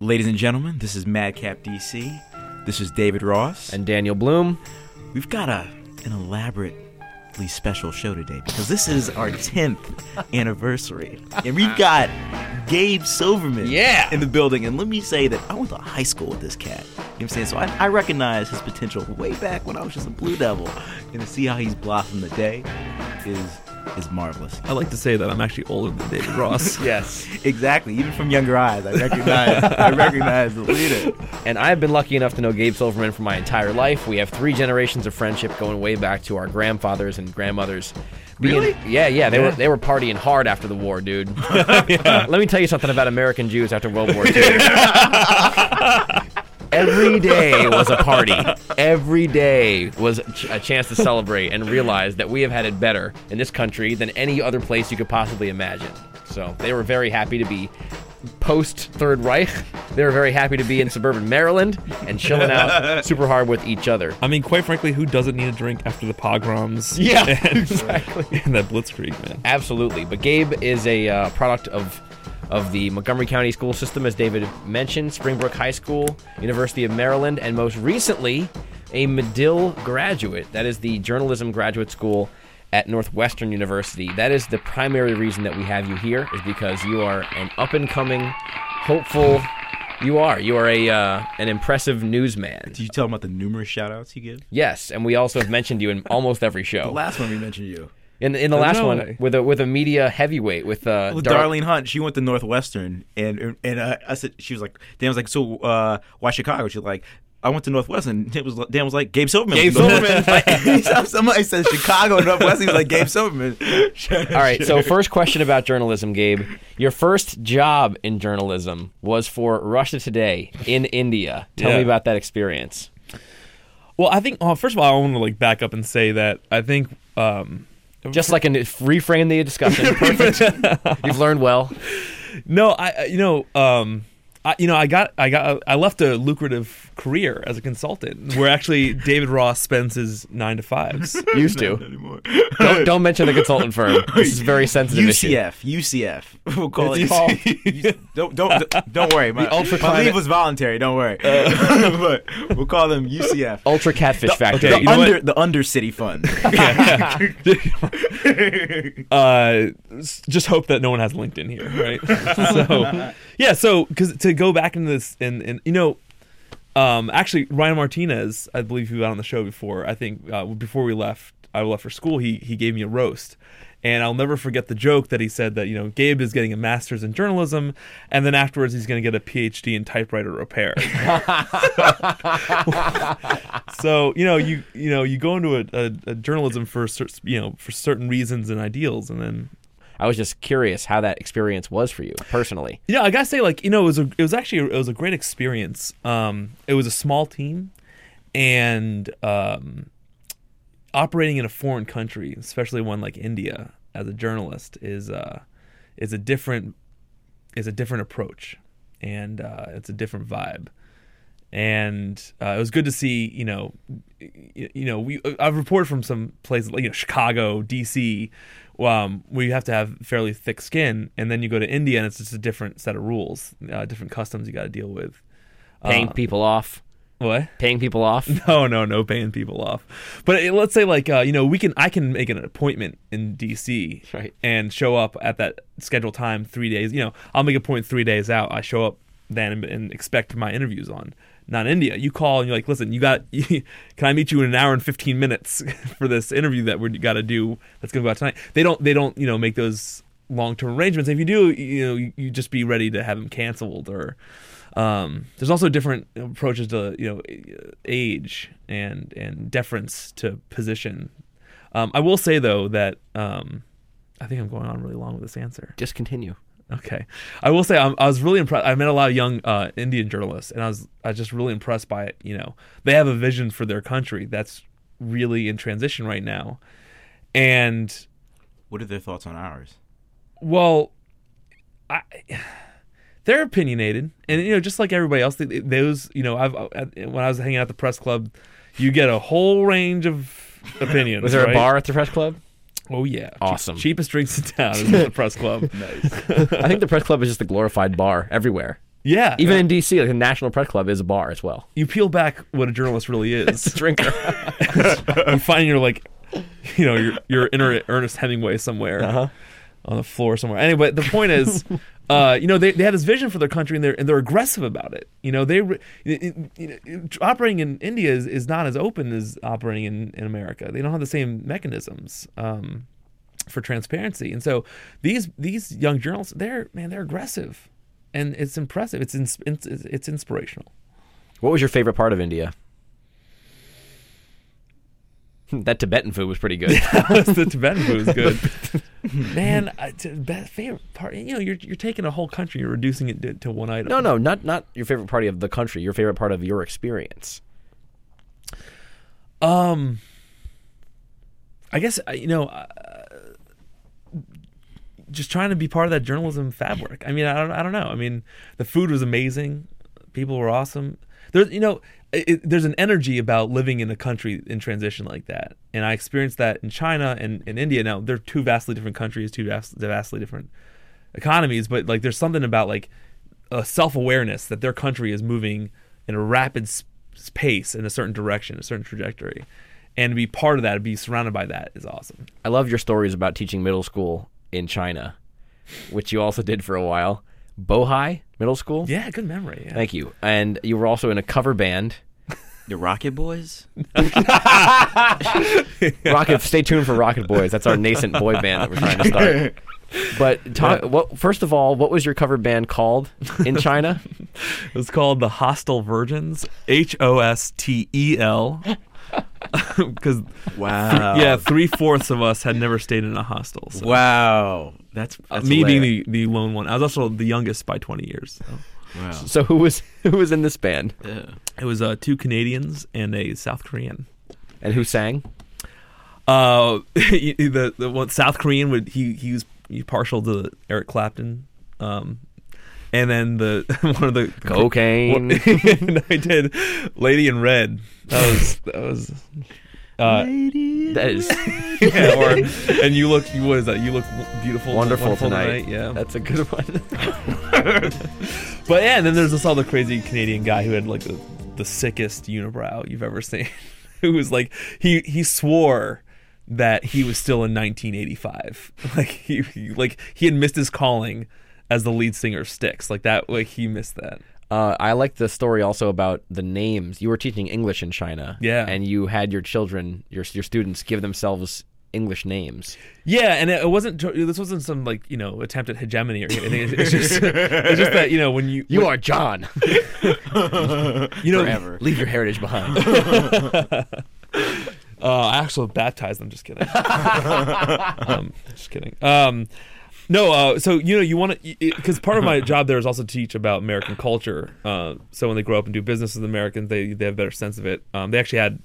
Ladies and gentlemen, this is Madcap DC. This is David Ross. and Daniel Bloom. We've got a an elaborately special show today because this is our 10th anniversary. And we've got Gabe Silverman Yeah. in the building. And let me say that I went to high school with this cat. You know what I'm saying? So I, I recognize his potential way back when I was just a Blue Devil. And to see how he's blossomed today is is marvelous. I like to say that I'm actually older than David Ross. Yes. Exactly. Even from younger eyes, I recognize I recognize the leader. And I've been lucky enough to know Gabe Silverman for my entire life. We have three generations of friendship going way back to our grandfathers and grandmothers. Being, Really? Yeah, yeah. They were they were partying hard after the war, dude. Let me tell you something about American Jews after World War II. Every day was a party. Every day was a ch- a chance to celebrate and realize that we have had it better in this country than any other place you could possibly imagine. So they were very happy to be post Third Reich. They were very happy to be in suburban Maryland and chilling out super hard with each other. I mean, quite frankly, who doesn't need a drink after the pogroms? Yeah, and, exactly. And that blitzkrieg, man. Absolutely. But Gabe is a uh, product of of the Montgomery County school system, as David mentioned, Springbrook High School, University of Maryland, and most recently a Medill graduate. That is the journalism graduate school at Northwestern University. That is the primary reason that we have you here, is because you are an up and coming, hopeful. You are. You are a uh, an impressive newsman. Did you tell him about the numerous shout outs you give? Yes, and we also have mentioned you in almost every The show. last one we mentioned you. In, in the last No one, way. with a with a media heavyweight, with uh, Well, Dar- Darlene Hunt, she went to Northwestern, and and uh, I said she was like, Dan was like, so uh, why Chicago? She's like, I went to Northwestern. Dan was Dan was like, Gabe Silverman. Gabe Silverman. Somebody said Chicago and Northwestern. He was like, Gabe Silverman. All right. So first question about journalism, Gabe. Your first job in journalism was for Russia Today in India. Tell me Yeah. about that experience. Well, I think. Uh, first of all, I want to like back up and say that I think. Um, Just like a reframe the discussion. Perfect. You've learned well. no, I I- you know. Um, I, you know, I got, I got, uh, I left a lucrative career as a consultant, where actually David Ross spends his nine to fives. Used to. anymore. Don't, don't mention the consultant firm. This is a very sensitive issue. UCF, UCF. We'll call it. It's called- UCF. don't don't don't worry. My, ultra my climate- leave was voluntary. Don't worry. but we'll call them UCF. Ultra Catfish Factory. the you know what? under the undercity fund. uh, s- just hope that no one has LinkedIn here, right? so, yeah. So, because to go back into this, and and you know, um, actually Ryan Martinez, I believe he was on the show before. I think uh, before we left, I left for school. He he gave me a roast, and I'll never forget the joke that he said that you know Gabe is getting a master's in journalism, and then afterwards he's going to get a PhD in typewriter repair. so you know you you know you go into a, a, a journalism for cer- you know for certain reasons and ideals, and then I was just curious how that experience was for you personally. Yeah, I gotta say, like you know, it was a, it was actually it was a great experience. Um, it was a small team, and um, operating in a foreign country, especially one like India, as a journalist is uh, is a different is a different approach, and uh, it's a different vibe. And uh, it was good to see, you know, y- you know, we uh, I've reported from some places like you know Chicago, DC, um, where you have to have fairly thick skin, and then you go to India and it's just a different set of rules, uh, different customs you got to deal with. Paying Uh, people off. What? Paying people off. No, no, no, paying people off. But it, let's say like uh, you know we can I can make an appointment in DC Right. and show up at that scheduled time three days. You know I'll make a point three days out. I show up then and, and expect my interviews on. Not in India. You call and you're like, listen, you got. Can I meet you in an hour and fifteen minutes for this interview that we got to do? That's gonna go out tonight. They don't. They don't. You know, make those long term arrangements. If you do, you know, you, you just be ready to have them canceled or um, there's also different approaches to you know age and and deference to position. Um, I will say though that um, I think I'm going on really long with this answer. Just continue. Okay, I will say I'm, I was really impressed. I met a lot of young uh, Indian journalists, and I was I was just really impressed by it. You know, they have a vision for their country that's really in transition right now, and what are their thoughts on ours? well, I they're opinionated, and you know, just like everybody else, th- those you know, I've I- when I was hanging out at the press club, you get a whole range of opinions. Was there a right? bar at the press club? Oh yeah, Che- Awesome. cheapest drinks in town is at the press club. Nice. I think the press club is just a glorified bar everywhere. Yeah. Even in D.C., like the National Press Club is a bar as well. you peel back what a journalist really It's a is. drinker. you find you're like, you know, you're, you're inner Ernest Hemingway somewhere on the floor somewhere. Anyway, the point is, uh, you know, they, they had this vision for their country and they're, and they're aggressive about it. You know, they re- you know, operating in India is, is not as open as operating in, in America. They don't have the same mechanisms. Um, for transparency. And so these these young journalists, they're man, they're aggressive, and it's impressive. It's ins- it's, it's inspirational. what was your favorite part of India? that Tibetan food was pretty good. the Tibetan food is good. man, I, t- best favorite part. You know, you're you're taking a whole country, you're reducing it to, to one item. no, no, not not your favorite part of the country. Your favorite part of your experience. Um, I guess I- you know. Uh, just trying to be part of that journalism fabric. I mean, I don't, I don't know. I mean, the food was amazing. People were awesome. There's, you know, it, it- there's an energy about living in a country in transition like that, and I experienced that in China and in India. Now they're two vastly different countries, two vast, vastly different economies, but like there's something about like a self-awareness that their country is moving in a rapid s- s- pace in a certain direction, a certain trajectory, and to be part of that, to be surrounded by that, is awesome. I love your stories about teaching middle school in China, which you also did for a while. Bohai Middle School. Yeah, good memory. Yeah. Thank you. And you were also in a cover band. The Rocket Boys? Rocket. Stay tuned for Rocket Boys. That's our nascent boy band that we're trying to start. But talk, what, first of all, what was your cover band called in China? It was called the Hostile Virgins, H O S T E L, uh, because Wow. yeah, three fourths of us had never stayed in a hostel. So. Wow. That's, Uh, that's Me being hilarious. the, the lone one, I was also the youngest by twenty years. So. Wow. so who was who was in this band Yeah. It was uh, two Canadians and a South Korean. and who sang? Uh, the the one South Korean would he he was partial to Eric Clapton, um, and then the one of the Cocaine. and I did Lady in Red. That was that was. Uh, That is yeah, or and you look you what is that? You look beautiful, wonderful, tonight. Yeah, that's a good one. but yeah, and then there's this other crazy Canadian guy who had like the, the sickest unibrow you've ever seen. who was like he he swore that he was still in 1985. Like he, he like he had missed his calling as the lead singer of Styx. Like that like he missed that. Uh, I like the story also about the names. You were teaching English in China, Yeah. and you had your children, your your students, give themselves English names. Yeah, and it it wasn't. This wasn't some like you know attempt at hegemony or anything. It's it's just, it's just that you know when you You are John. you know forever. Leave your heritage behind. Uh, I actually baptized them. Just kidding. um, just kidding. Um, no, uh, so you know you want to because part of my job there is also to teach about American culture. Uh, so when they grow up and do business with Americans, they they have a better sense of it. Um, they actually had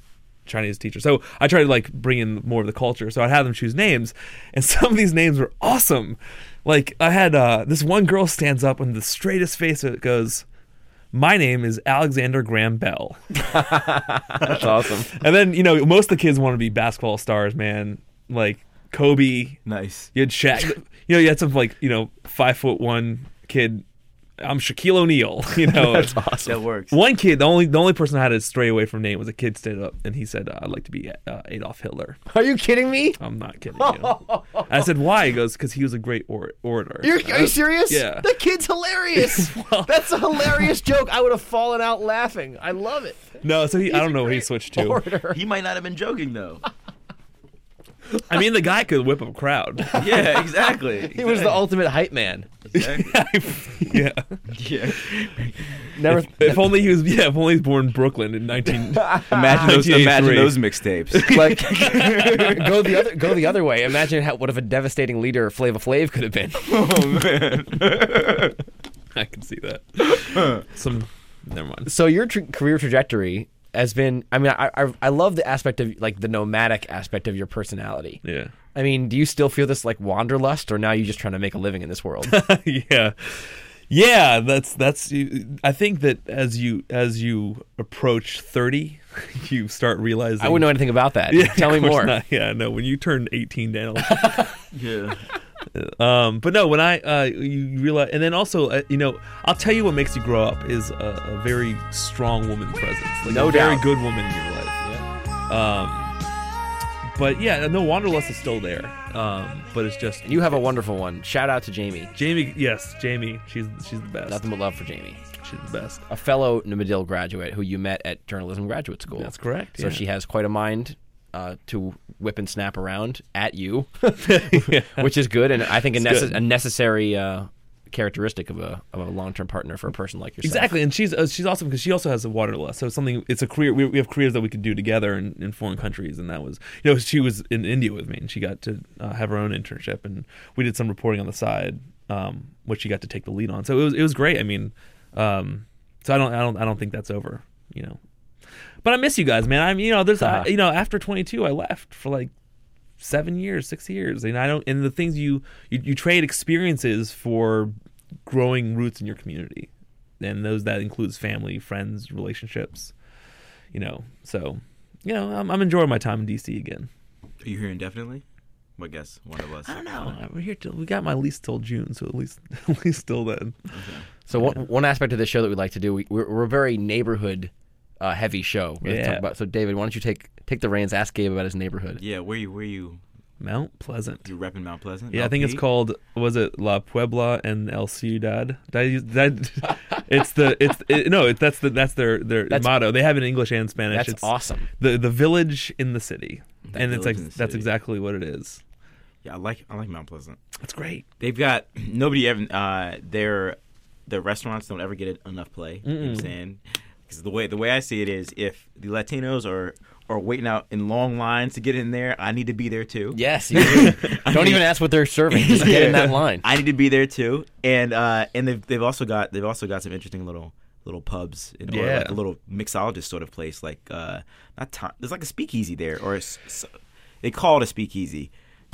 Chinese teachers, so I tried to like bring in more of the culture. So I'd have them choose names, and some of these names were awesome. Like I had uh, this one girl stands up with the straightest face and goes, "My name is Alexander Graham Bell." That's awesome. And then you know most of the kids want to be basketball stars, man. Like Kobe, Nice. you had Shaq. You know, you had some like you know five foot one kid. I'm Shaquille O'Neal. You know, that's That works. One kid, the only the only person I had to stray away from name was a kid stood up and he said, "I'd like to be uh, Adolf Hitler." Are you kidding me? I'm not kidding you. I said, "Why?" He goes, "Because he was a great or- orator." You're, are you serious? yeah. That kid's hilarious. Well- That's a hilarious joke. I would have fallen out laughing. I love it. no, so he, I don't know what he switched to. Order. He might not have been joking, though. I mean, the guy could whip up a crowd. Yeah, exactly. He was the ultimate hype man. Exactly. yeah. yeah. Never. If only he was. Yeah. If only he was born in Brooklyn in 19. Imagine those- imagine those mixtapes. like go the other go the other way. Imagine how, what if a devastating leader Flava Flav could have been. oh man. I can see that. Some. Never mind. so your tr career trajectory has been i mean I, I i love the aspect of like the nomadic aspect of your personality Yeah. i mean do you still feel this like wanderlust or now you're just trying to make a living in this world yeah. Yeah, that's that's. I think that as you as you approach thirty, you start realizing. i wouldn't know anything about that Yeah, tell me of course more not. Yeah, no. When you turn eighteen, now Yeah. Um, but no, when I uh, you realize, and then also, uh, you know, I'll tell you what makes you grow up is a, a very strong woman presence, like No a very doubt. good woman in your life. Um, but yeah, no, wanderlust is still there. Um, but it's just You have a wonderful one. Shout out to Jamie. Jamie. Yes, Jamie. She's she's the best. Nothing but love for Jamie. She's the best. A fellow Namadil graduate who you met at journalism graduate school. That's correct. So yeah. she has quite a mind uh, to whip and snap around at you, which is good, and I think a, It's necess- good. a necessary uh, characteristic of a of a long term partner for a person like yourself. Exactly, and she's uh, she's awesome because she also has a wanderlust. So it's something. It's a career. We, we have careers that we could do together in, in foreign countries, and that was you know she was in India with me, and she got to uh, have her own internship, and we did some reporting on the side, um, which she got to take the lead on. So it was it was great. I mean, um, so I don't I don't I don't think that's over. You know, but I miss you guys, man. I'm you know there's I, Uh-huh. you know after 22 I left for like seven years, six years, and I don't and the things you you, you trade experiences for growing roots in your community, and those that includes family, friends, relationships, you know. So you know I'm, I'm enjoying my time in DC again. Are you here indefinitely? Well, I guess one of us. I don't know. We're here till we got my lease till June, so at least at least till then. So one, one aspect of this show that we like to do, we, we're, we're a very neighborhood uh, heavy show. We like to talk Yeah. about- so David, why don't you take take the reins? Ask Gabe about his neighborhood. Yeah, where you where you Mount Pleasant. you repping Mount Pleasant? Yeah, I think it's LP? called was it La Puebla and El Ciudad? Did I use, did I, it's the it's it, no, it, that's the that's their their That's- motto. They have it in English and Spanish. That's it's awesome. The the village in the city, The and it's village like in the that's city. exactly what it is. Yeah, I like I like Mount Pleasant. That's great. They've got nobody ever. Uh, their their restaurants don't ever get enough play. You know what I'm saying because the way the way I see it is, if the Latinos are are waiting out in long lines to get in there, I need to be there too. Yes. You do. Don't even ask what they're serving. Just get in that line. I need to be there too. And uh, and they've they've also got they've also got some interesting little little pubs and or like Yeah. a little mixologist sort of place like uh not ton- there's like a speakeasy there or a s s they call it a speakeasy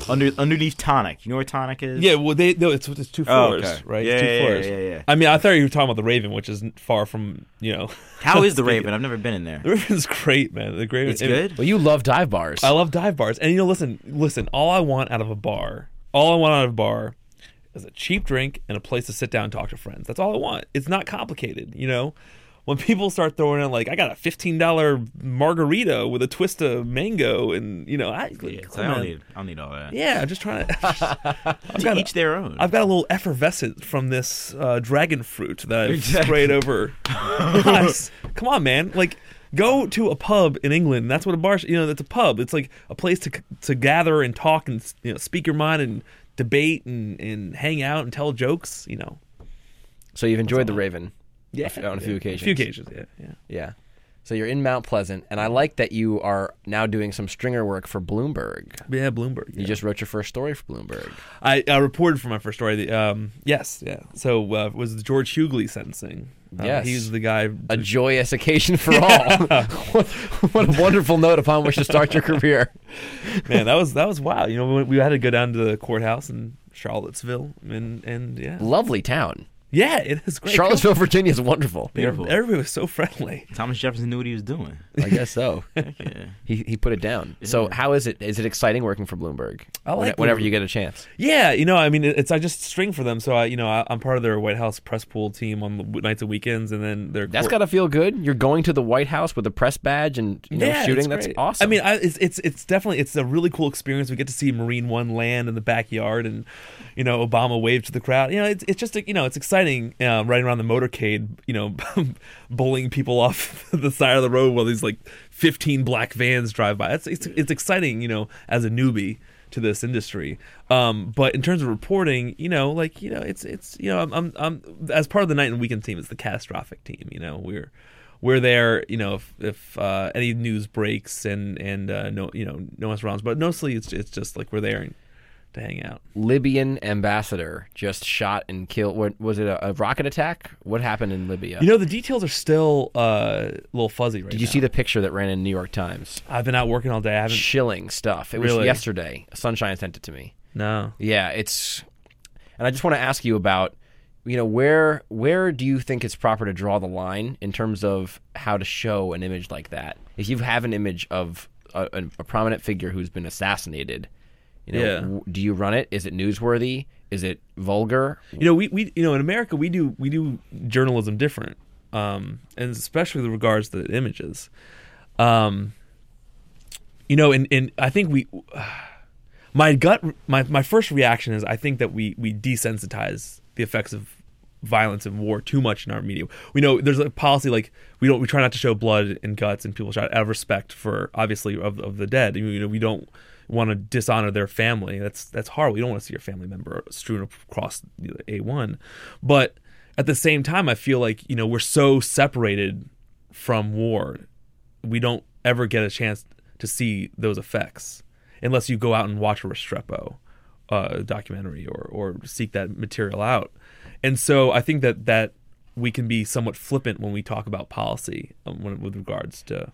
under underneath tonic. You know where tonic is? Yeah, well, they no, it's it's two Oh, floors, okay. right? Yeah, it's two yeah, floors. yeah, yeah. I mean, I thought you were talking about the Raven, which is far from you know. How is the Raven? I've never been in there. the Raven's great, man. The Raven, It's good. Well, you love dive bars. I love dive bars. And you know, listen, listen, all I want out of a bar, all I want out of a bar is a cheap drink and a place to sit down and talk to friends. That's all I want. It's not complicated, you know? When people start throwing in like I got a fifteen dollar margarita with a twist of mango and you know, I Yeah, so come I don't on. need I don't need all that. Yeah, I'm just trying to I've To got each a, their own. I've got a little effervescent from this uh, dragon fruit that I've Exactly. sprayed over. Nice. Come on, man. Like, go to a pub in England. That's what a bar. sh- You know, that's a pub. It's like a place to c- to gather and talk and you know speak your mind and debate and and hang out and tell jokes. You know. so you've enjoyed the Raven. Yeah. on a few occasions. A few occasions. Yeah. Yeah. Yeah. So you're in Mount Pleasant, and I like that you are now doing some stringer work for Bloomberg. Yeah, Bloomberg. You yeah. just wrote your first story for Bloomberg. I, I reported for my first story. The, um, yes, yeah. So uh, was the George Hughley sentencing? Uh, Yes. he's the guy. A joyous occasion for all. what, what a wonderful note upon which to start your career. Man, that was that was wild. You know, we, we had to go down to the courthouse in Charlottesville, and and yeah, Lovely town. yeah, it is great. Charlottesville, Virginia is wonderful. Beautiful. Everybody was so friendly. Thomas Jefferson knew what he was doing. I guess so. Yeah. He, he put it down. So how is it? Is it exciting working for Bloomberg? I like Whene- whenever Bloomberg. you get a chance. Yeah, you know, I mean, it's I just string for them. So I, you know, I, I'm part of their White House press pool team on the w- nights and weekends, and then their That's court- gotta feel good. You're going to the White House with a press badge and you know Yeah, shooting. it's That's great. awesome. I mean, I, it's it's it's definitely it's a really cool experience. We get to see Marine One land in the backyard, and you know Obama waved to the crowd. You know, it's it's just you know it's exciting uh, riding around the motorcade. You know, bowling people off the side of the road while these like fifteen black vans drive by. It's it's it's exciting. You know, as a newbie to this industry. Um, but in terms of reporting, you know, like you know, it's it's you know, I'm, I'm I'm as part of the night and weekend team is the catastrophic team. You know, we're we're there, you know, if, if uh, any news breaks and and uh, no, you know, no one's wrongs, but mostly it's it's just like we're there and, to hang out. Libyan ambassador just shot and killed. What was it? A, a rocket attack? What happened in Libya? You know, the details are still uh, a little fuzzy right Did you now. see the picture that ran in New York Times? I've been out working all day. I haven't. Chilling stuff. It was Really? yesterday. Sunshine sent it to me. No. Yeah, it's. And I just want to ask you about, you know, where where do you think it's proper to draw the line in terms of how to show an image like that? If you have an image of a, a, a prominent figure who's been assassinated, You know, Yeah. w- do you run it? Is it newsworthy? Is it vulgar? you know we, we you know in america we do we do journalism different um and especially with regards to images um you know and and i think we my gut my, my first reaction is i think that we we desensitize the effects of violence and war too much in our media we know there's a policy like we don't we try not to show blood and guts and people shot out of respect for obviously of, of the dead you know we don't want to dishonor their family that's that's horrible you don't want to see your family member strewn across the a1 but at the same time i feel like you know we're so separated from war we don't ever get a chance to see those effecestbecause unless you go out and watch a Restrepo uh, documentary or, or seek that material out. And so I think that, that we can be somewhat flippant when we talk about policy um, when, with regards to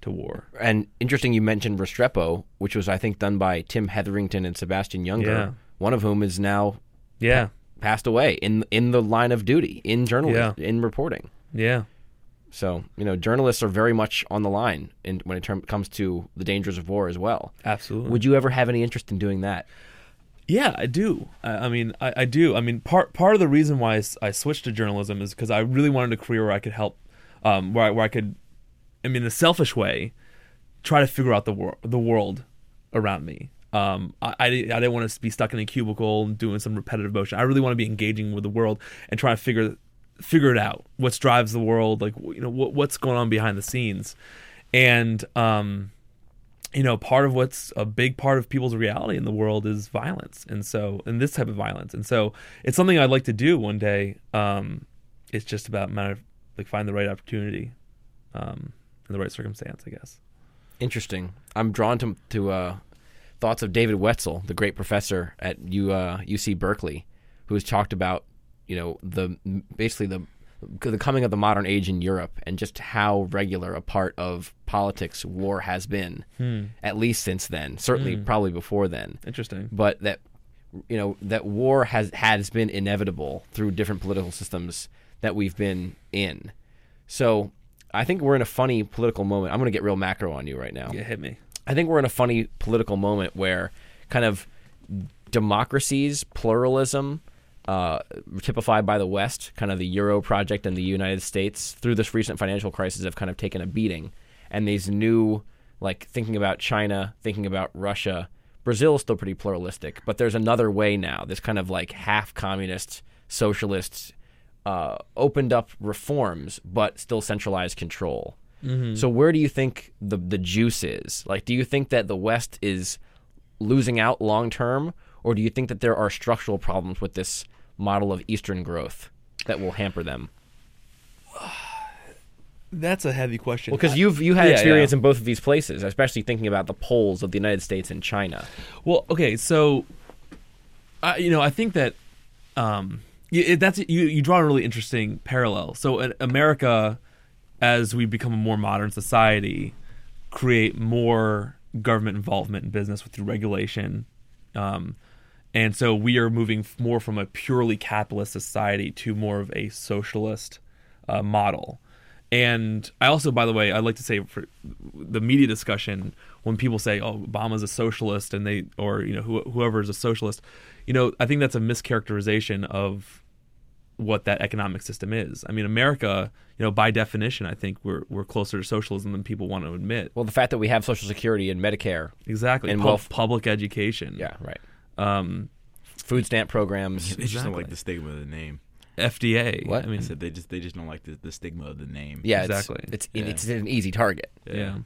to war. And interesting, you mentioned Restrepo, which was I think done by Tim Hetherington and Sebastian Younger, Yeah. one of whom is now Yeah, passed away in in the line of duty in journalism Yeah. in reporting. yeah, So you know, journalists are very much on the line in, when it term, comes to the dangers of war as well. absolutely. Would you ever have any interest in doing that? Yeah, I do. I, I mean, I, I do. I mean, part part of the reason why I, s- I switched to journalism is because I really wanted a career where I could help, um, where I, where I could, I mean, in a selfish way, try to figure out the wor- the world around me. Um, I, I, didn't, I didn't want to be stuck in a cubicle and doing some repetitive motion. I really want to be engaging with the world and trying to figure figure it out. What drives the world? Like, you know, what, what's going on behind the scenes, and um, you know, part of what's a big part of people's reality in the world is violence, and so and this type of violence, and so it's something I'd like to do one day. Um, it's just about a matter of like find the right opportunity, um, in the right circumstance, I guess. Interesting. I'm drawn to to uh, thoughts of David Wetzel, the great professor at U, uh, UC Berkeley, who has talked about you know the basically the the coming of the modern age in Europe and just how regular a part of politics war has been, at least since then. Certainly, probably before then. Interesting. but that you know that war has has been inevitable through different political systems that we've been in. So I think we're in a funny political moment. I'm going to get real macro on you right now. Yeah, hit me. I think we're in a funny political moment where kind of democracies, pluralism, uh, typified by the West, kind of the Euro project and the United States, through this recent financial crisis, have kind of taken a beating. And these new, like thinking about China, thinking about Russia, Brazil is still pretty pluralistic, but there's another way now. This kind of like half communist, socialist, uh, opened up reforms, but still centralized control. So where do you think the the juice is? Like, do you think that the West is losing out long term, or do you think that there are structural problems with this model of Eastern growth that will hamper them? That's a heavy question. Because you've you had Yeah, experience yeah. in both of these places, especially thinking about the polls of the United States and China. Well, okay, so, I you know, I think that, um, you, it, that's you. You draw a really interesting parallel. So, in America, as we become a more modern society, create more government involvement in business through regulation, um, and so we are moving f- more from a purely capitalist society to more of a socialist uh, model. And I also, by the way, I'd like to say for the media discussion, when people say, "Oh, Obama's a socialist," and they, or you know, who, whoever is a socialist, you know, I think that's a mischaracterization of what that economic system is. I mean, America, you know, by definition, I think we're we're closer to socialism than people want to admit. Well, the fact that we have Social Security and Medicare, Exactly, And Pub- wealth- public education. yeah, right, Um, food stamp programs. They just don't like Exactly. the stigma of the name. FDA. What? I mean, I said they just they just don't like the, the stigma of the name. Yeah, Exactly. It's it's, Yeah. it's an easy target. Yeah.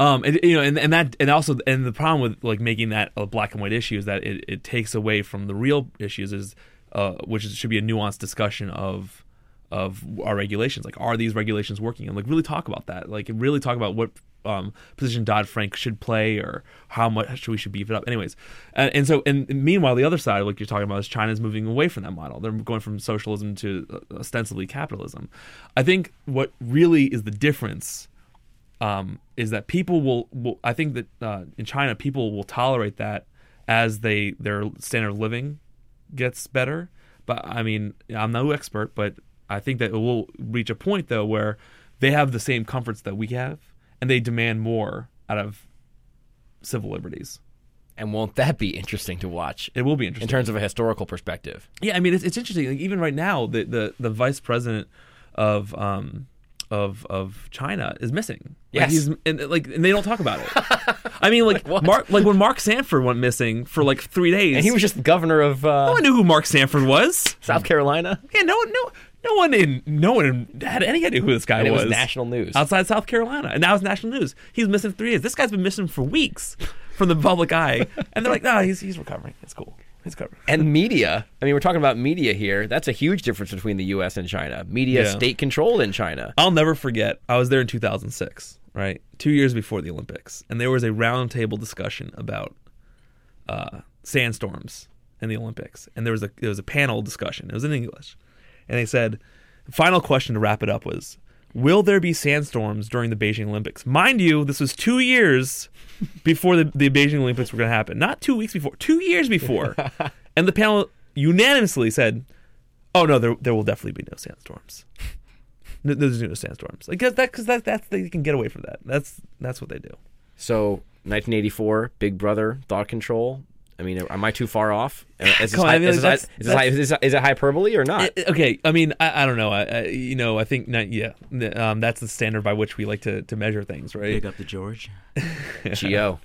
Um, and you know, and, and that, and also, and the problem with like making that a black and white issue is that it, it takes away from the real issues, is uh, which is, should be a nuanced discussion of of our regulations. Like, are these regulations working? And like, really talk about that. Like, really talk about what um, position Dodd Frank should play, or how much should we should beef it up. Anyways, and, and so, and meanwhile, the other side, like you're talking about, is China's moving away from that model. They're going from socialism to uh, ostensibly capitalism. I think what really is the difference um, is that people will, will I think that uh, in China people will tolerate that as they their standard of living gets better. But I mean, I'm no expert, but I think that it will reach a point though where they have the same comforts that we have, and they demand more out of civil liberties. And won't that be interesting to watch It will be in interesting. terms of a historical perspective? yeah, I mean, it's, it's interesting. Like, even right now, the, the, the vice president of um of of China is missing. Yes. like he's, and like and they don't talk about it. I mean, like, Mark, like when Mark Sanford went missing for like three days, And he was just the governor of no uh, one knew who Mark Sanford was. South Carolina. Yeah, no one, no, no one in, no one in, had any idea who this guy And it was national news. outside South Carolina, and now it's national news. He's missing three days. This guy's been missing for weeks from the public eye, and they're like, "No, he's he's recovering. It's cool. He's recovering." and media. I mean, we're talking about media here. That's a huge difference between the U.S. and China. Media Yeah. state controlled in China. I'll never forget. I was there in 2006, right, two years before the Olympics, and there was a roundtable discussion about uh, sandstorms and the Olympics, and there was a there was a panel discussion. It was in English, and they said, final question to wrap it up was. Will there be sandstorms during the Beijing Olympics? Mind you, this was two years before the, the Beijing Olympics were going to happen. Not two weeks before, two years before. and the panel unanimously said, oh, no, there, there will definitely be no sandstorms. No, there's no sandstorms. Like 'cause that, because that, that's they can get away from that. That's that's what they do. So, 1984, Big Brother, thought control. I mean, am I too far off? Uh, Is this Come on, hy- I mean, is this hy- that's- is this hy- is this- is it hyperbole or not? I- okay, I mean, I, I don't know. I, I you know, I think not, yeah, N- um, that's the standard by which we like to, to measure things, right? Big up to George. Geo,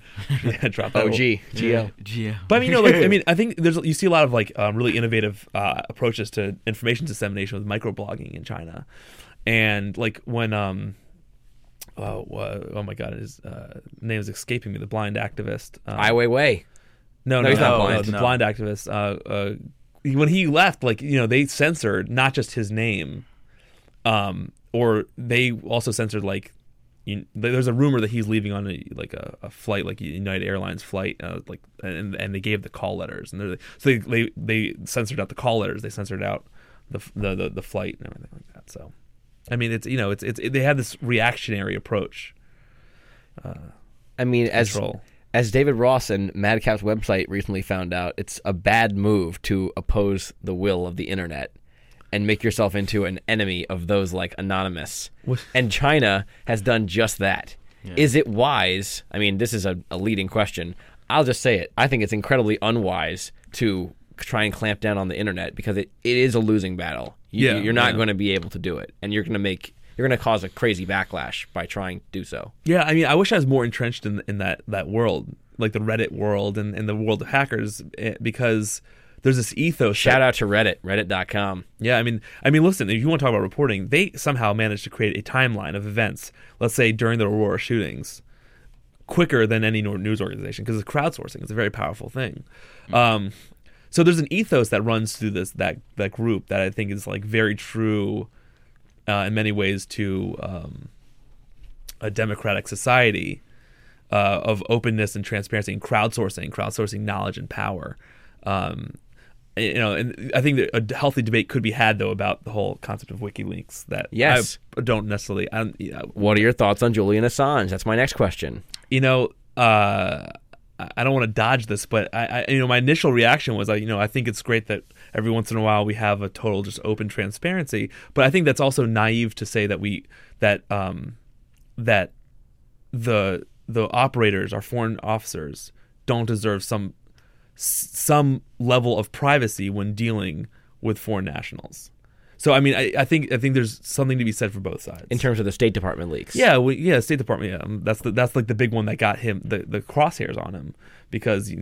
yeah, drop that OG, little- Geo. Yeah. But I mean, you know, like I mean, I think there's you see a lot of like um, really innovative uh, approaches to information dissemination with microblogging in China, and like when um, oh, wha- oh my God, his uh, name is escaping me. The blind activist. Um, Ai Weiwei. No, no, he's not no, blind. no, the No. blind activist. Uh, uh, he- when he left, like you know, they censored not just his name, um, or they also censored like. You, there's a rumor that he's leaving on a like a, a flight, like a United Airlines flight, uh, like and and they gave the call letters, and they're so they, they they censored out the call letters, they censored out the f- the the, the flight and everything like that. So, I mean, it's you know, it's it's it, they had this reactionary approach. I mean, as Control. as David Ross and Madcap's website recently found out, it's a bad move to oppose the will of the internet and make yourself into an enemy of those like Anonymous. And China has done just that. Is it wise? I mean, this is a, a leading question. I'll just say it. I think it's incredibly unwise to try and clamp down on the internet because it, it is a losing battle. You, Yeah, you're not yeah. going to be able to do it, and you're going to make you're going to cause a crazy backlash by trying to do so. Yeah, I mean, I wish I was more entrenched in in that that world, like the Reddit world and, and the world of hackers, eh, because there's this ethos. that- Shout out to Reddit, reddit.com. yeah, I mean, I mean, listen, if you want to talk about reporting, they somehow managed to create a timeline of events. Let's say during the Aurora shootings, quicker than any nor- news organization because it's crowdsourcing. It's a very powerful thing. Um, so there's an ethos that runs through this that that group that I think is like very true uh, in many ways to um, a democratic society uh, of openness and transparency and crowdsourcing, crowdsourcing knowledge and power. Um, you know, and I think that a healthy debate could be had though about the whole concept of WikiLeaks. That Yes. I don't necessarily. I don't, What are your thoughts on Julian Assange? That's my next question. you know, uh, I I don't want to dodge this, but I, I, you know, my initial reaction was like, you know, I think it's great that every once in a while we have a total just open transparency, but I think that's also naive to say that we that um, that the the operators, our foreign officers, don't deserve some s- some level of privacy when dealing with foreign nationals. So I mean, I, I think I think there's something to be said for both sides. In terms of the State Department leaks. Yeah, we, yeah, State Department. Yeah, um, that's the, that's like the big one that got him the, the crosshairs on him because he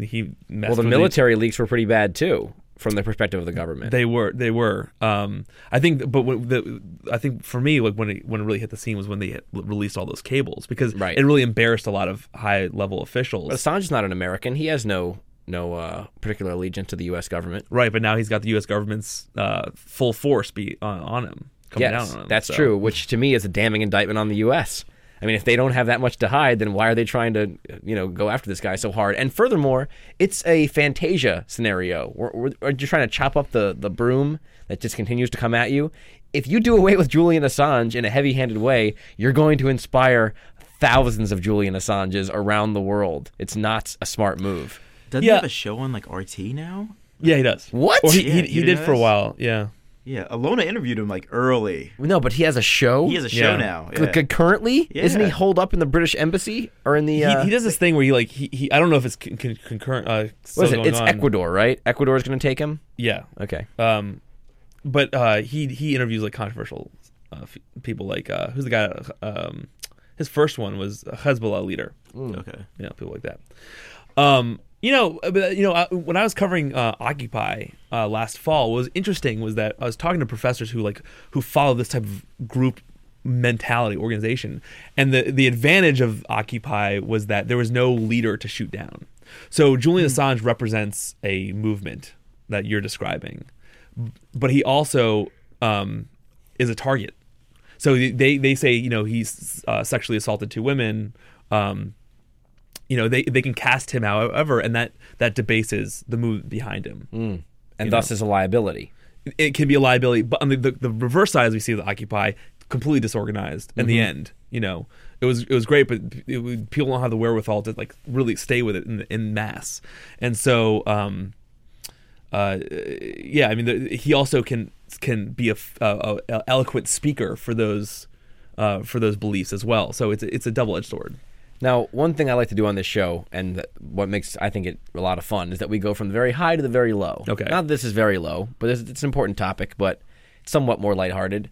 messed Well, the with military leaks were pretty bad too, from the perspective of the government. They were they were. Um, I think, but when the, I think for me, like when it when it really hit the scene was when they released all those cables because Right. it really embarrassed a lot of high level officials. but Assange is not an American. He has no no uh, particular allegiance to the U.S. government. right, but now he's got the U.S. government's uh, full force be on, on him. Coming yes, down on him, that's so. true. Which to me is a damning indictment on the U.S. I mean, if they don't have that much to hide, then why are they trying to, you know, go after this guy so hard? And furthermore, it's a Fantasia scenario. We're, we're, we're just trying to chop up the, the broom that just continues to come at you. If you do away with Julian Assange in a heavy-handed way, you're going to inspire thousands of Julian Assanges around the world. It's not a smart move. Doesn't Yeah. he have a show on like RT now? Yeah, he does. What? Or he, Yeah, he, you he didn't did know for a this? while. Yeah. Yeah, Alona interviewed him like early. No, but he has a show. He has a show Yeah. now. C- c- currently, isn't he Yeah. holed up in the British embassy or in the? He, Uh, he does this thing where he like he, he I don't know if it's con- con- concurrent. Uh, still what is it? going It's on. Ecuador, right? Ecuador is going to take him. Yeah. Okay. Um, but uh, he he interviews like controversial uh, f- people like uh, who's the guy? Um, his first one was a Hezbollah leader. Okay. you know, people like that. Um, you know, uh, but, you know, I, when I was covering uh, Occupy uh, last fall, what was interesting was that I was talking to professors who like who follow this type of group mentality organization, and the the advantage of Occupy was that there was no leader to shoot down. So Julian Assange represents a movement that you're describing, but he also um, is a target. So they they say you know he's uh, sexually assaulted two women. Um, you know they, they can cast him however and that that debases the movement behind him And thus is a liability. it can be a liability but on the, the, the reverse side as we see with occupy completely disorganized in the end you know it was it was great but it, would- people don't have the wherewithal to like really stay with it in, in mass and so um uh yeah i mean the, he also can can be a, f- a- a- eloquent speaker for those uh, for those beliefs as well, so it's it's a double edged sword. Now, one thing I like to do on this show, and that- what makes I think it a lot of fun, is that we go from the very high to the very low. Okay. Not that this is very low, but it's, it's an important topic, but somewhat more lighthearted.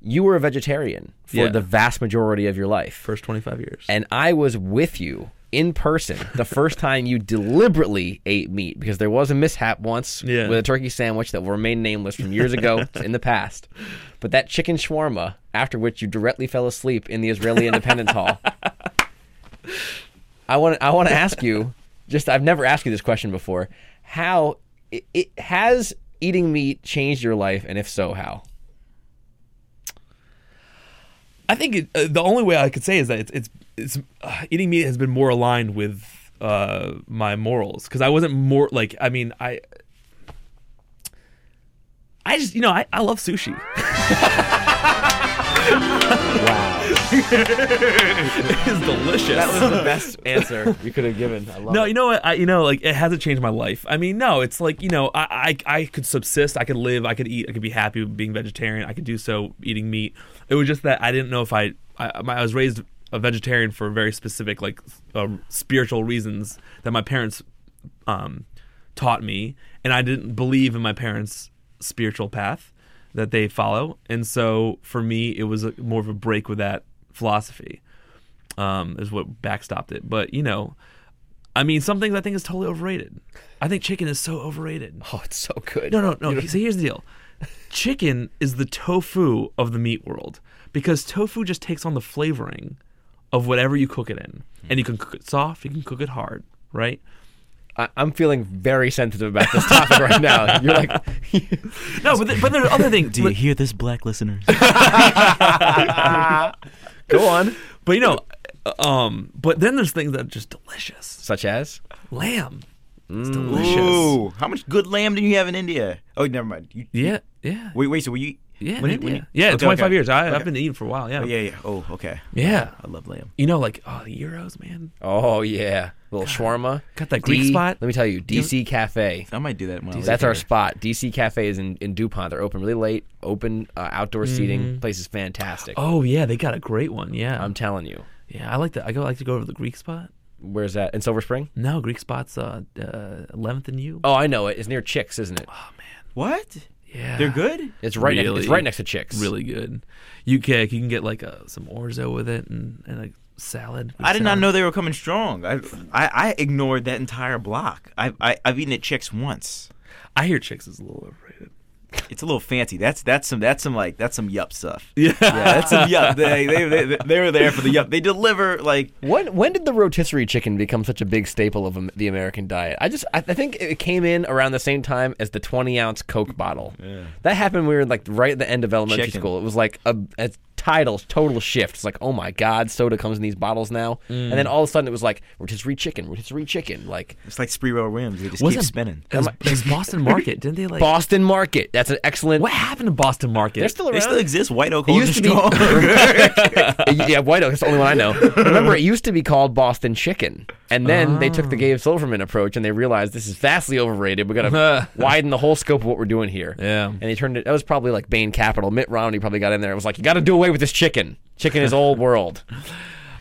You were a vegetarian for Yeah. the vast majority of your life, First twenty five years, and I was with you in person the first time you deliberately ate meat because there was a mishap once Yeah. with a turkey sandwich that will remain nameless from years ago It's in the past. But that chicken shawarma, after which you directly fell asleep in the Israeli Independence Hall. I want I want to ask you just I've never asked you this question before. How it, it has eating meat changed your life and if so how? I think it, uh, the only way I could say is that it's it's, it's uh, eating meat has been more aligned with uh, my morals because I wasn't more like I mean I I just you know I, I love sushi. it's delicious. the best answer you could have given. I love No, you know what? I, you know, like it hasn't changed my life. I mean, no, it's like you know, I, I I could subsist, I could live, I could eat, I could be happy with being vegetarian. I could do so eating meat. It was just that I didn't know if I I, my- I was raised a vegetarian for very specific like uh, spiritual reasons that my parents um, taught me, and I didn't believe in my parents' spiritual path that they follow, and so for me, it was a, more of a break with that philosophy. Um, is what backstopped it, but you know, I mean, some things I think is totally overrated. I think chicken is so overrated. Oh, it's so good. No, no, no. So here's the deal: chicken is the tofu of the meat world because tofu just takes on the flavoring of whatever you cook it in, and you can cook it soft, you can cook it hard, right? I, I'm feeling very sensitive about this topic right now. You're like, No, but, the, but there's other thing. Do you hear this, black listeners? go on. But you know, um, but then there's things that are just delicious. Such as Lamb, it's delicious. Mm. Ooh, how much good lamb do you have in India? Oh, never mind. You, Yeah, yeah, Wait, wait. So were you? yeah. when yeah, you- when yeah. you- Yeah, okay, 25 okay. years. I, I've Okay. been eating for a while. Yeah, Oh, yeah, yeah. Oh, okay. yeah. I love lamb. You know, like oh, the euros, man. oh yeah, little shawarma. Got that Greek spot? Let me tell you, DC Cafe. I might do that. When I That's leave our here. spot. DC Cafe is in, in Dupont. They're open really late. Open uh, outdoor seating. Place is fantastic. Mm. Oh yeah, they got a great one. Yeah, I'm telling you. yeah. I like that. I go like to go to the Greek spot. Where's that? In Silver Spring? No, Greek spot's uh eleventh and U. Oh, I know it. It's near Chicks, isn't it? What? yeah, They're good. It's right. Next, it's Oh, Really? right next to Chicks. Really good. You can you can get like a, some orzo with it and and a salad. Greek I did not salad. know they were coming strong. I, I, I ignored that entire block. I, I, I've eaten at Chicks once. I hear chicks is a little overrated. It's a little fancy. That's that's some that's some like that's some yup stuff. Yeah, that's some yup. They they, they they were there for the yup. They deliver like When when did the rotisserie chicken become such a big staple of Am- the American diet? I just I, I think it came in around the same time as the twenty ounce Coke bottle. That happened. when We were like right at the end of elementary Chicken. school. It was like a, a title total shift. It's like oh my god, soda comes in these bottles now. And Mm. then all of a sudden it was like rotisserie chicken, rotisserie chicken, like it's like Spree-Roll rims. They just Wasn't- keep spinning. It was, it was Boston Market, didn't they? Like Boston Market. That's an excellent. what happened to Boston Market? They're still They around. still exist. White Oak It Holding used to be- Strong. yeah, White Oak. That's the only one I know. Remember, it used to be called Boston Chicken. And then they Ah. took the Gabe Silverman approach and they realized this is vastly overrated. We got to widen the whole scope of what we're doing here. Yeah. And they turned it, that was probably like Bain Capital. Mitt Romney probably got in there and was like, you got to do away with this chicken. Chicken is old world.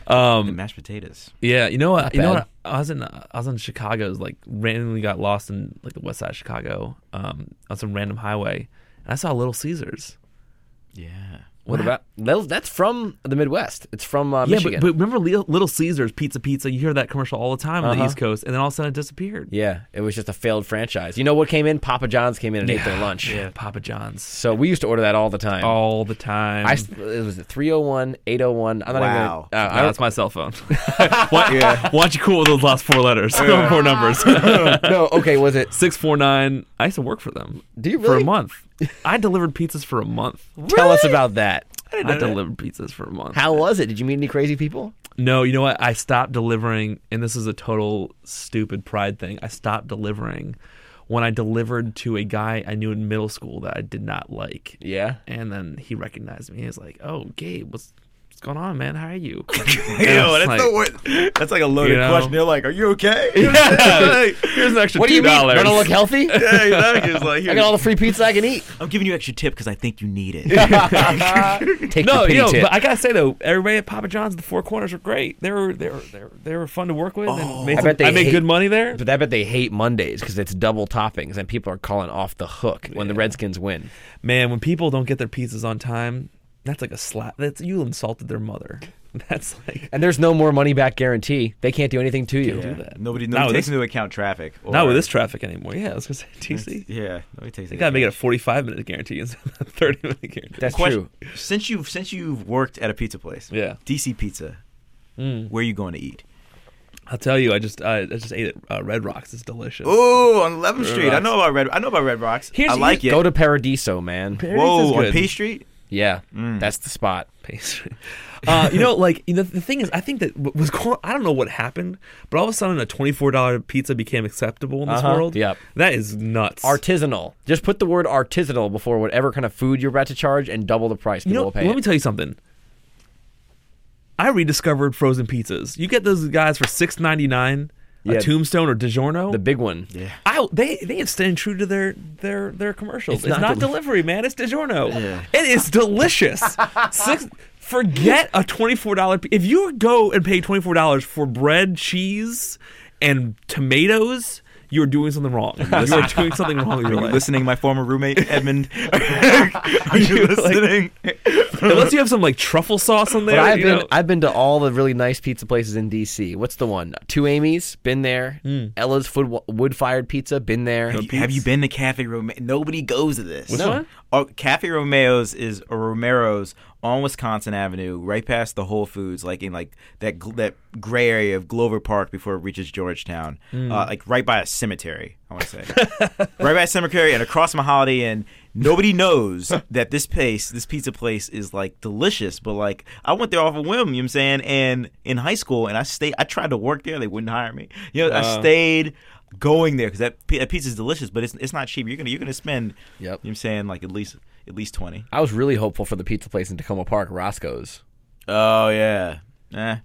and mashed potatoes. Yeah, you know what? You know bad. what? I was in I was in Chicago. Is like randomly got lost in like the west side of Chicago, um, on some random highway, and I saw Little Caesars. Yeah. What about that- that's from the Midwest? It's from uh, Yeah, Michigan. but, but remember Lil- Little Caesars Pizza Pizza? You hear that commercial all the time on the Uh-huh. East Coast, and then all of a sudden it disappeared. yeah, it was just a failed franchise. You know what came in? Papa John's came in and ate their lunch. Yeah, Papa John's So we used to order that all the time. all the time. I s- it oh was 301, 801. I'm not Wow. even gonna, uh, Nah, I that's my cell phone. why, Yeah. why don't you cool with those last four letters, four numbers? don't- no, okay, was it? Six four nine. I used to work for them. Do you for really? a month? I delivered pizzas for a month. Tell us about that. I, delivered pizzas for a month. How was it? Did you meet any crazy people? No, you know what? I stopped delivering, and this is a total stupid pride thing. I stopped delivering when I delivered to a guy I knew in middle school that I did not like. Yeah. And then he recognized me. He was like, "Oh, Gabe, what's what's going on, man? How are you?" Yo, it's that's like- the wor- That's like a loaded You know? question. They're like, "Are you okay?" Here's an extra What do you two mean? I dollars. don't look healthy? I yeah, exactly. It's like, got all the free pizza I can eat. I'm giving you extra tip because I think you need it. Take the No, pity you know, tip. but I gotta say though, everybody at Papa John's, the Four Corners were great. They were they were they were, they were fun to work with. and Oh. made I some- bet they I made hate- good money there. But I bet they hate Mondays because it's double toppings and people are calling off the hook when the Redskins win. Man, when people don't get their pizzas on time, that's like a slap. That's you insulted their mother. That's like And there's no more money back guarantee. They can't do anything to you. Yeah. Nobody, Not nobody with takes this- into account traffic. Or, not with this traffic anymore. Yeah, I was gonna say TC. You Yeah, nobody takes. into gotta make it a account. forty-five minute guarantee instead of a thirty-minute guarantee. That's Question- true. Since you've since you've worked at a pizza place, Yeah. Hmm. DC Pizza, where are you going to eat? I'll tell you, I just I, I just ate it. Uh, Red Rocks is delicious. Oh, on 11th Street. I Rocks. know about Red. I know about Red Rocks. Here's- I like it. Go to Paradiso, man. Paradise is Whoa, on good. P Street. Yeah, that's the spot. pastry. Uh, you know, like you know, the thing is, I think that what was going. I don't know what happened, but all of a sudden, a twenty-four dollar pizza became acceptable in this Uh-huh. world. Yep. that is nuts. Artisanal. Just put the word artisanal before whatever kind of food you're about to charge and double the price. you People know, will let pay. me it. tell you something. I rediscovered frozen pizzas. You get those guys for six ninety nine, Yeah. a Tombstone or DiGiorno. the big one. I, they they have stayed true to their their their commercials. It's, not not, deli- delivery, man. It's DiGiorno. It is delicious. Six. Forget a twenty four dollar. If you go and pay twenty four dollars for bread, cheese, and tomatoes, you are doing something wrong. You are doing something wrong with your Are you life. listening, my former roommate Edmund? Are you listening? Unless you have some like truffle sauce on there. But I've you been know. I've been to all the really nice pizza places in DC. What's the one? Two Amy's, been there. Hmm. Ella's food, wood fired pizza, been there. Have you- have you been to Cafe Romeo? Nobody goes to this. No. one? Oh, Cafe Romeo's is or Romero's on Wisconsin Avenue, right past the Whole Foods, like in like that gl- that gray area of Glover Park before it reaches Georgetown, uh, like right by a cemetery. I want to say, right by a cemetery and across from a Holiday Inn. Nobody knows that this place, this pizza place, is like delicious. But like, I went there off a whim. You know what I'm saying? And in high school, and I stayed. I tried to work there. They wouldn't hire me. You know, I stayed going there because that, pi- that pizza is delicious, but it's it's not cheap. You're gonna you're gonna spend. Yep. You know what I'm saying like at least at least twenty. I was really hopeful for the pizza place in Tacoma Park, Roscoe's. Oh yeah. Eh.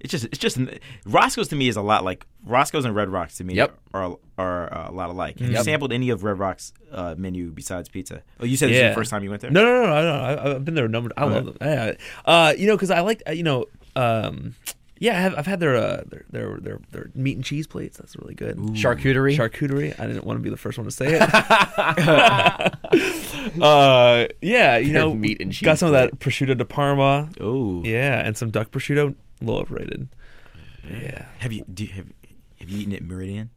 It's just it's just Roscoe's to me is a lot like Roscoe's and Red Rocks to me Yep. are are uh, a lot alike. Have you sampled any of Red Rocks uh, menu besides pizza? Oh, you said this is Yeah. the first time you went there. No, no, no, no, no. I, I've been there a number. I love them. Yeah. Uh, you know, because I like uh, you know, um, yeah, I have, I've had their, uh, their their their their meat and cheese plates. That's really good. Charcuterie. Charcuterie. I didn't want to be the first one to say it. uh, yeah, you know, meat and cheese Got some of that prosciutto de Parma. Oh. Yeah, and some duck prosciutto. A little overrated. Yeah. Have you do you, have have you eaten at Meridian?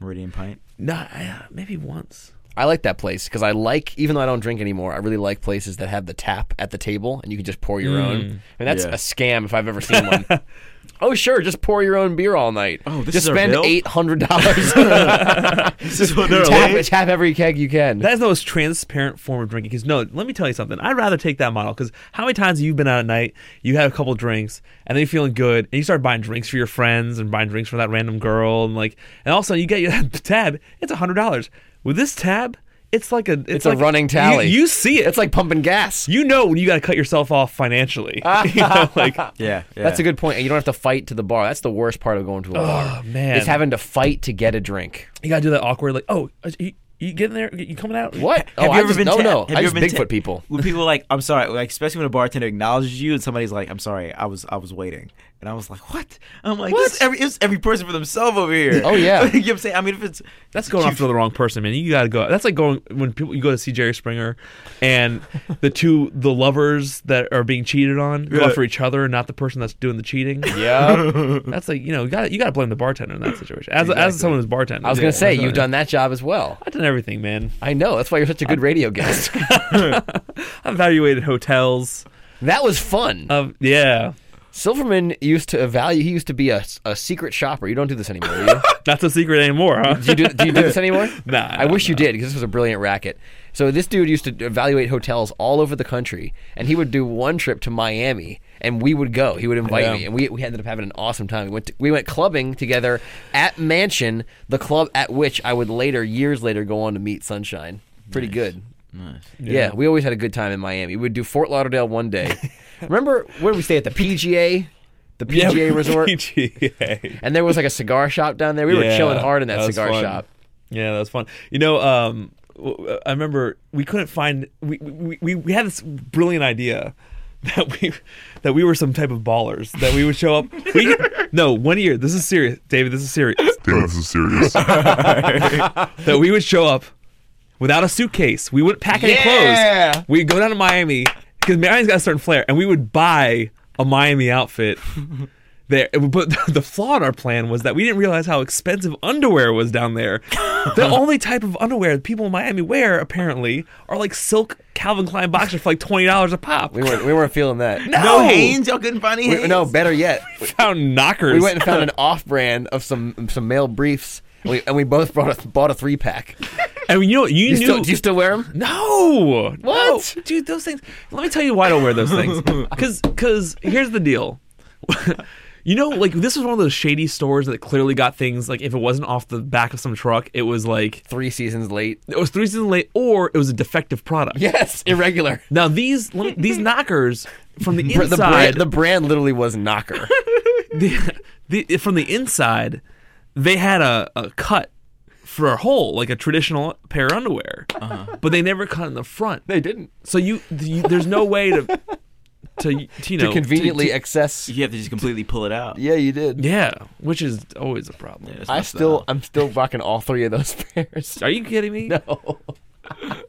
Meridian Pint. Nah, I, uh, maybe once. I like that place because I like, even though I don't drink anymore, I really like places that have the tap at the table and you can just pour your own. Mm. I mean, that's Yeah. a scam if I've ever seen one. oh, sure, just pour your own beer all night. Oh, this just is our spend bill? eight hundred dollars. tap, This is what tap every keg you can. That is the most transparent form of drinking. Because no, let me tell you something. I'd rather take that model. Because how many times have you been out at night, you had a couple drinks, and then you're feeling good, and you start buying drinks for your friends and buying drinks for that random girl, and like, and all of a sudden you get your tab. It's a hundred dollars. With this tab, it's like a it's, a like- running you- tally. You, see it. It's like pumping gas. you know when you got to cut yourself off financially. you know, like oh, Yeah, yeah. That's a good point. And you don't have to fight to the bar. That's the worst part of going to a bar. man. Is having to fight to get a drink. you got to do that awkward like oh you, you getting there you coming out What? Have oh, you I ever just, been no, tapped? no. Have I you just ever been ta- Bigfoot people. When people like, I'm sorry, like especially when a bartender acknowledges you and somebody's like, I'm sorry, I was I was waiting, and I was like, what? I'm like, What? This is every it's every person for themselves over here. Oh, yeah. you know what I'm saying? I mean, if it's That's going off to the wrong person, man. You gotta go. That's like going when people you go to see Jerry Springer, and the two the lovers that are being cheated on go Yeah. after each other, and not the person that's doing the cheating. Yeah. That's like you know you got to you got to blame the bartender in that situation. As as someone who's bartending, I was Yeah. going to say, you've done that job as well. I've done everything, man. I know. That's why you're such a good radio guest. I evaluated hotels. that was fun. Of yeah, Silverman used to evaluate. He used to be a, a secret shopper. You don't do this anymore, do you? not so secret anymore, huh? Do you do, do, you do this anymore? Nah, I wish you did because this was a brilliant racket. So this dude used to evaluate hotels all over the country, and he would do one trip to Miami, and we would go. He would invite Yeah. me, and we, we ended up having an awesome time. We went to, we went clubbing together at Mansion, the club at which I would later, years later, go on to meet Sunshine. Pretty good. nice. Yeah. we always had a good time in Miami. We would do Fort Lauderdale one day. Remember where did we stay at the PGA, the Yeah, PGA resort, PGA. and there was like a cigar shop down there. We were Yeah, chilling hard in that, was cigar fun. shop. Yeah, that was fun. You know, um, w- I remember we couldn't find we, we we we had this brilliant idea that we that we were some type of ballers that we would show up. We no one year. This is serious, David. This is serious. Damn, this is serious. That we would show up without a suitcase. We wouldn't pack any Yeah. clothes. We'd go down to Miami because Miami's got a certain flair, and we would buy a Miami outfit. There, but the flaw in our plan was that we didn't realize how expensive underwear was down there. The only type of underwear that people in Miami wear, apparently, are like silk Calvin Klein boxers for like twenty dollars a pop. We weren't we weren't feeling that. No, No. Haynes, y'all couldn't find any We- Haynes? no, better yet, found knockers. we went and found an off-brand of some some male briefs, and we, and we both brought a, bought a three-pack. and you know what? You, You knew. still, do you still wear them? No. What? No. Dude, those things. Let me tell you why I don't wear those things. Cuz cuz here's the deal. you know like this was one of those shady stores that clearly got things like if it wasn't off the back of some truck, it was like Three seasons late. it was 3 seasons late or it was a defective product. Yes, irregular. Now these let me- these knockers from the The brand, inside the brand literally was knocker. the, the, from the inside, they had a, a cut for a hole, like a traditional pair of underwear, but they never cut in the front. Uh-huh. they didn't. So you, you there's no way to to, to you know Conveniently to- excess. you have to just completely pull it out. Yeah, you did. to- yeah, which is always a problem. That's I messed still, up. I'm still rocking all three of those pairs. Are you kidding me? No,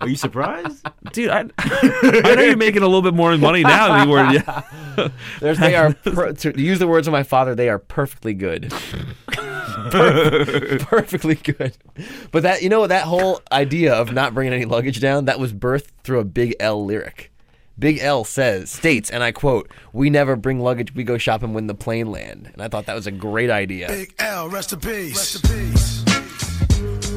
Are you surprised? Dude, I, I know you're making a little bit more money now than you were. Yeah. There's, they are. Per, to use the words of my father, they are perfectly good. Per- perfectly good. But that you know that whole idea of not bringing any luggage down that was birthed through a Big L lyric. Big L says states, and I quote, "We never bring luggage. We go shopping when the plane land." And I thought that was a great idea. Big L, rest in peace. Rest in peace.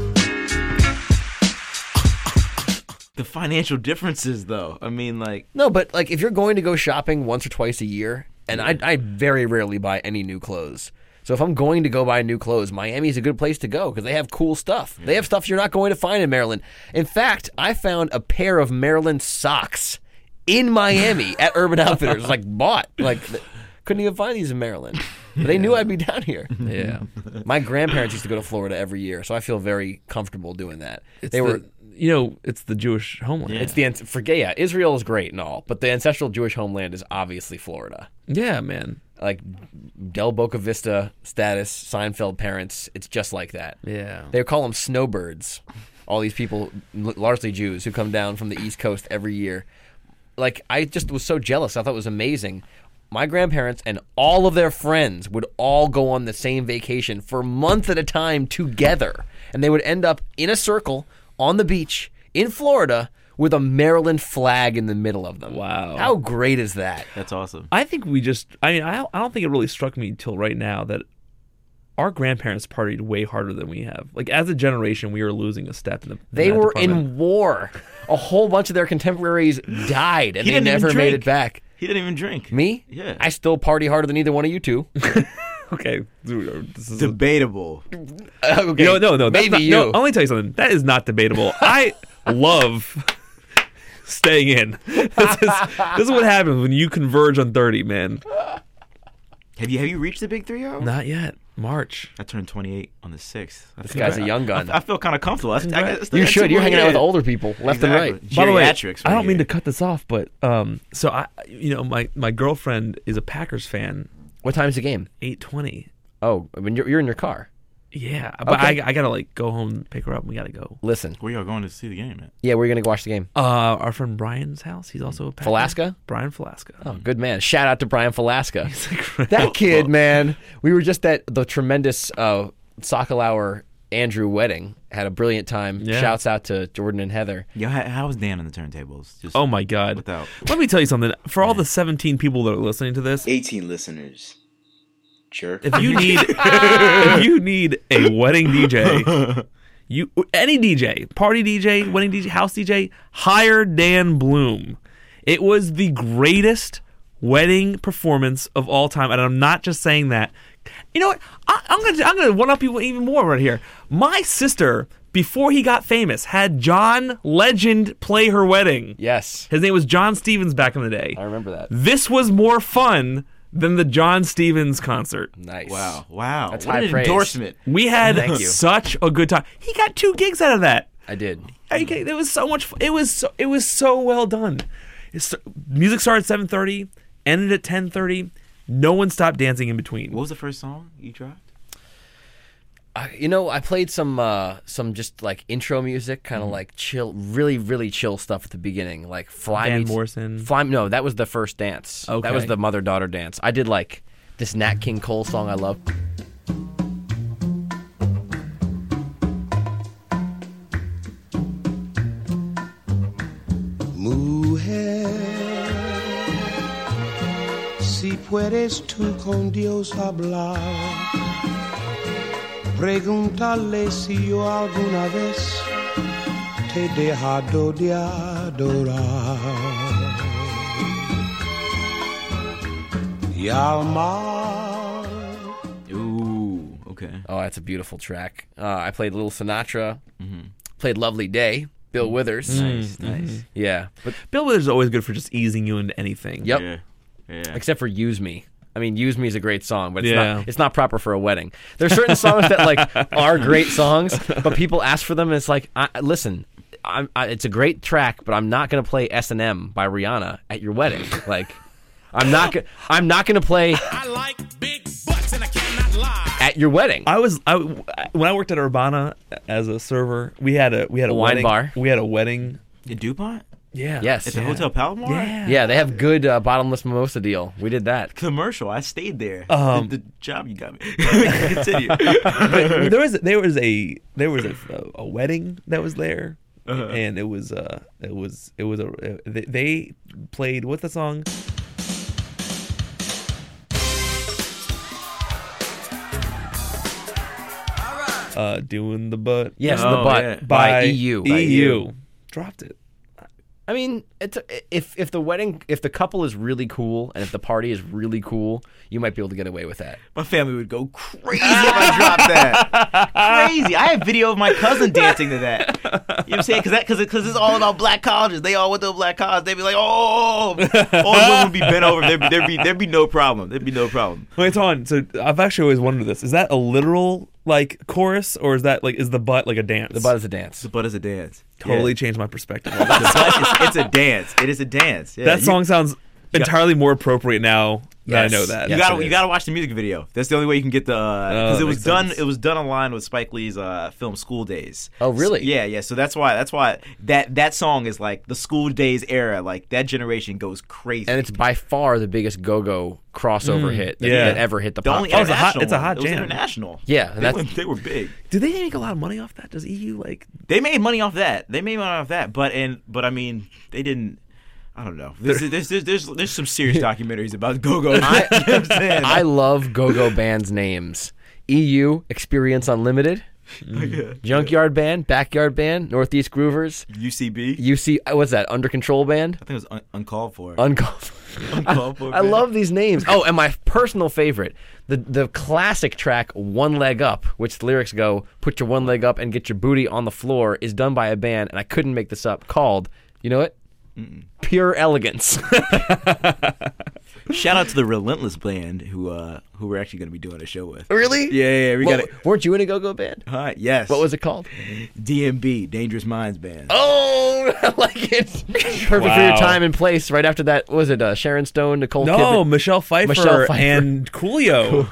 The financial differences, though. I mean, like, No, but like if you're going to go shopping once or twice a year, and I, I very rarely buy any new clothes. So if I'm going to go buy new clothes, Miami's a good place to go because they have cool stuff. They have stuff you're not going to find in Maryland. In fact, I found a pair of Maryland socks in Miami at Urban Outfitters. Like bought, like th- couldn't even find these in Maryland. But they knew I'd be down here. Yeah. My grandparents used to go to Florida every year, so I feel very comfortable doing that. they were you know, it's the Jewish homeland. Yeah. it's the ans- for yeah, Israel is great and all, but the ancestral Jewish homeland is obviously Florida. yeah, man. Like Del Boca Vista status, Seinfeld parents, it's just like that. Yeah. They call them snowbirds. All these people, l- largely Jews, who come down from the East Coast every year. Like I just was so jealous. I thought it was amazing. My grandparents and all of their friends would all go on the same vacation for a month at a time together, and they would end up in a circle on the beach in Florida with a Maryland flag in the middle of them. Wow. How great is that? that's awesome. I think we just. I mean, I don't, I don't think it really struck me until right now that our grandparents partied way harder than we have. Like as a generation, we are losing a step in the. in They that were department. in war. A whole bunch of their contemporaries died, and He they didn't even never made drink. it back. He didn't even drink. Me? Yeah. I still party harder than either one of you two. Okay. dude, This is Debatable. okay. You know, no, oh, no, Maybe that's not, you. No, I'll only tell you something. That is not debatable. I love staying in. This is, this is what happens when you converge on 30, man. Have you have you reached the big three zero? Not yet. March. I turned 28 on the 6th. I This feel guy's bad. a young gun. I, I feel kind of comfortable. That's- I guess you that's should. You're what hanging it out with is. older people, left Exactly. and right. By the way, Geriatrics I right don't mean to here. cut this off, but um, so I, you know, my my girlfriend is a Packers fan. What time's the game? 8:20. Oh, I mean, you're, you're in your car. Yeah, but Okay. I, I gotta like go home, and pick her up, and we gotta go. Listen, Where y'all going to see the game at? yeah, we're gonna go watch the game. Uh, our friend Brian's house. He's also a Packer. Velasca? Brian Velasca. Oh, good man. Shout out to Brian Velasca. Like, That kid, man. We were just at the tremendous uh, Sokolower Andrew wedding. Had a brilliant time. Yeah. Shouts out to Jordan and Heather. Yo, how, how was Dan on the turntables? Just Oh my God! Without- Let me tell you something. For all the 17 people that are listening to this, 18 listeners. Jerk. if you need if you need a wedding DJ, you any DJ, party DJ, wedding DJ, house DJ, hire Dan Bloom. It was the greatest wedding performance of all time, and I'm not just saying that. You know what? I, I'm gonna I'm gonna one up you even more right here. My sister, before he got famous, had John Legend play her wedding. Yes, His name was John Stevens back in the day. I remember that. This was more fun than the John Stevens concert. Nice. Wow. Wow. That's what high an praise. endorsement. We had Thank you. such a good time. He got two gigs out of that. I did. Okay, it was so much. fu- It was so, it was so well done. It's, music started at seven thirty, ended at ten thirty. No one stopped dancing in between. What was the first song you dropped? I, you know, I played some uh, some just like intro music, kind Mm-hmm. of like chill, really, really chill stuff at the beginning, like Fly Dan Me- Morrison. Fly, no, that was the first dance. that was Okay. the mother daughter dance. I did like this Nat King Cole song I love. Mujer, si puedes tú con Dios hablar, pregúntale si yo alguna vez te he dejado de adorar. Y al mar Ooh. Okay. Oh, that's a beautiful track. Uh, I played Little Sinatra, played Lovely Day, Bill Withers. Mm-hmm. Mm. Mm-hmm. Nice. Nice. Yeah, but Bill Withers is always good for just easing you into anything. yep. Yeah. Yeah. except for "Use Me." I mean, "Use Me" is a great song, but it's Yeah. not it's not proper for a wedding. There's certain songs that like are great songs, but people ask for them, and it's like, I, I- listen, I'm, I, it's a great track, but I'm not gonna play S and M by Rihanna at your wedding. Like, I'm not gonna I'm not gonna play I like big butts and I cannot lie. at your wedding. I was I when I worked at Urbana as a server, we had a we had a, wine wedding, bar. We had a wedding. In DuPont? Yeah. yes, At the Hotel Palomar? Yeah. yeah, they have good uh, bottomless mimosa deal. We did that. Commercial. I stayed there. Um, the, the job you got me. Continue. That's But there was there was a there was a, a, wedding that was there, and it was uh it was it was a uh, they, they played what's the song? Uh, doing the butt. Yes, the Oh, butt yeah. E by, E EU. EU. EU. Dropped it. I mean, it's if if the wedding if the couple is really cool and if the party is really cool, you might be able to get away with that. My family would go crazy if I dropped that. crazy. I have video of my cousin dancing to that. You know what I'm saying? Because cause, it- cause it's all about black colleges. They all went to black college. They'd be like, oh, all the women would be bent over. There'd be, there'd, be, there'd be no problem. There'd be no problem. Wait, it's on. So I've actually always wondered this: is that a literal like chorus, or is that like is the butt like a dance? The butt is a dance. The butt is a dance. totally Yeah. changed my perspective. The butt is, it's a dance. It is a dance. Yeah, that you- song sounds entirely more appropriate now that I Yes. know that. You Yes, gotta it you is. gotta watch the music video. That's the only way you can get the because that it was makes done sense. it was done online with Spike Lee's uh, film School Days. Oh, really? So- yeah, yeah. So that's why that's why that that song is like the School Days era. Like that generation goes crazy. And it's by far the biggest go-go crossover hit that, yeah. that ever hit the the pop only chart. was a hot- international. it's a one. hot It was jam. international. Yeah, they, that's- were, they were big. Do they make a lot of money off that? Does EU like? They made money off that. They made money off that. But and but I mean they didn't. I don't know. There's there's there's, there's, there's some serious documentaries about go go. Mm. I love go-go bands names. EU E Experience Unlimited. Junkyard Band, Backyard Band, Northeast Groovers, UCB. UC. uh, What's that? Under Control Band, I think it was un- uncalled for. Uncalled. uncalled for. I man. love these names. Oh, and my personal favorite, the the classic track "One Leg Up," which the lyrics go, "Put your one leg up and get your booty on the floor," is done by a band, and I couldn't make this up. Called, you know it, Pure Elegance. Shout out to the Relentless Band who uh who we're actually going to be doing a show with. really? Yeah, yeah, yeah, we Well, got it. Weren't you in a go-go band? Huh, yes. What was it called? DMB, Dangerous Minds Band. Oh, I like it. Perfect for your Wow. time and place. Right after that, what was it uh, Sharon Stone, Nicole No, Kidman? Michelle Pfeiffer, Michelle Pfeiffer. and Coolio.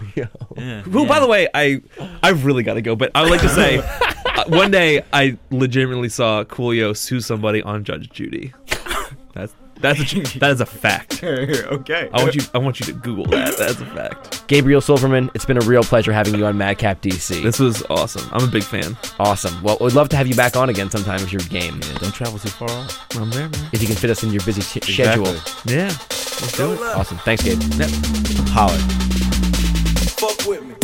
Yeah. Who, by the way, I I really got to go, but I would like to say, uh, one day I legitimately saw Coolio sue somebody on Judge Judy. That's that's a that is a fact. okay. I want you I want you to Google that. That's a fact. Gabriel Silverman, it's been a real pleasure having you on Madcap DC. This was awesome. I'm a big fan. Awesome. Well, we'd love to have you back on again sometime if you're game. Don't travel too far. off. I'm there, man. If you can fit us in your busy t- schedule. Yeah. Awesome. Thanks, Gabe. Holler. Fuck with me.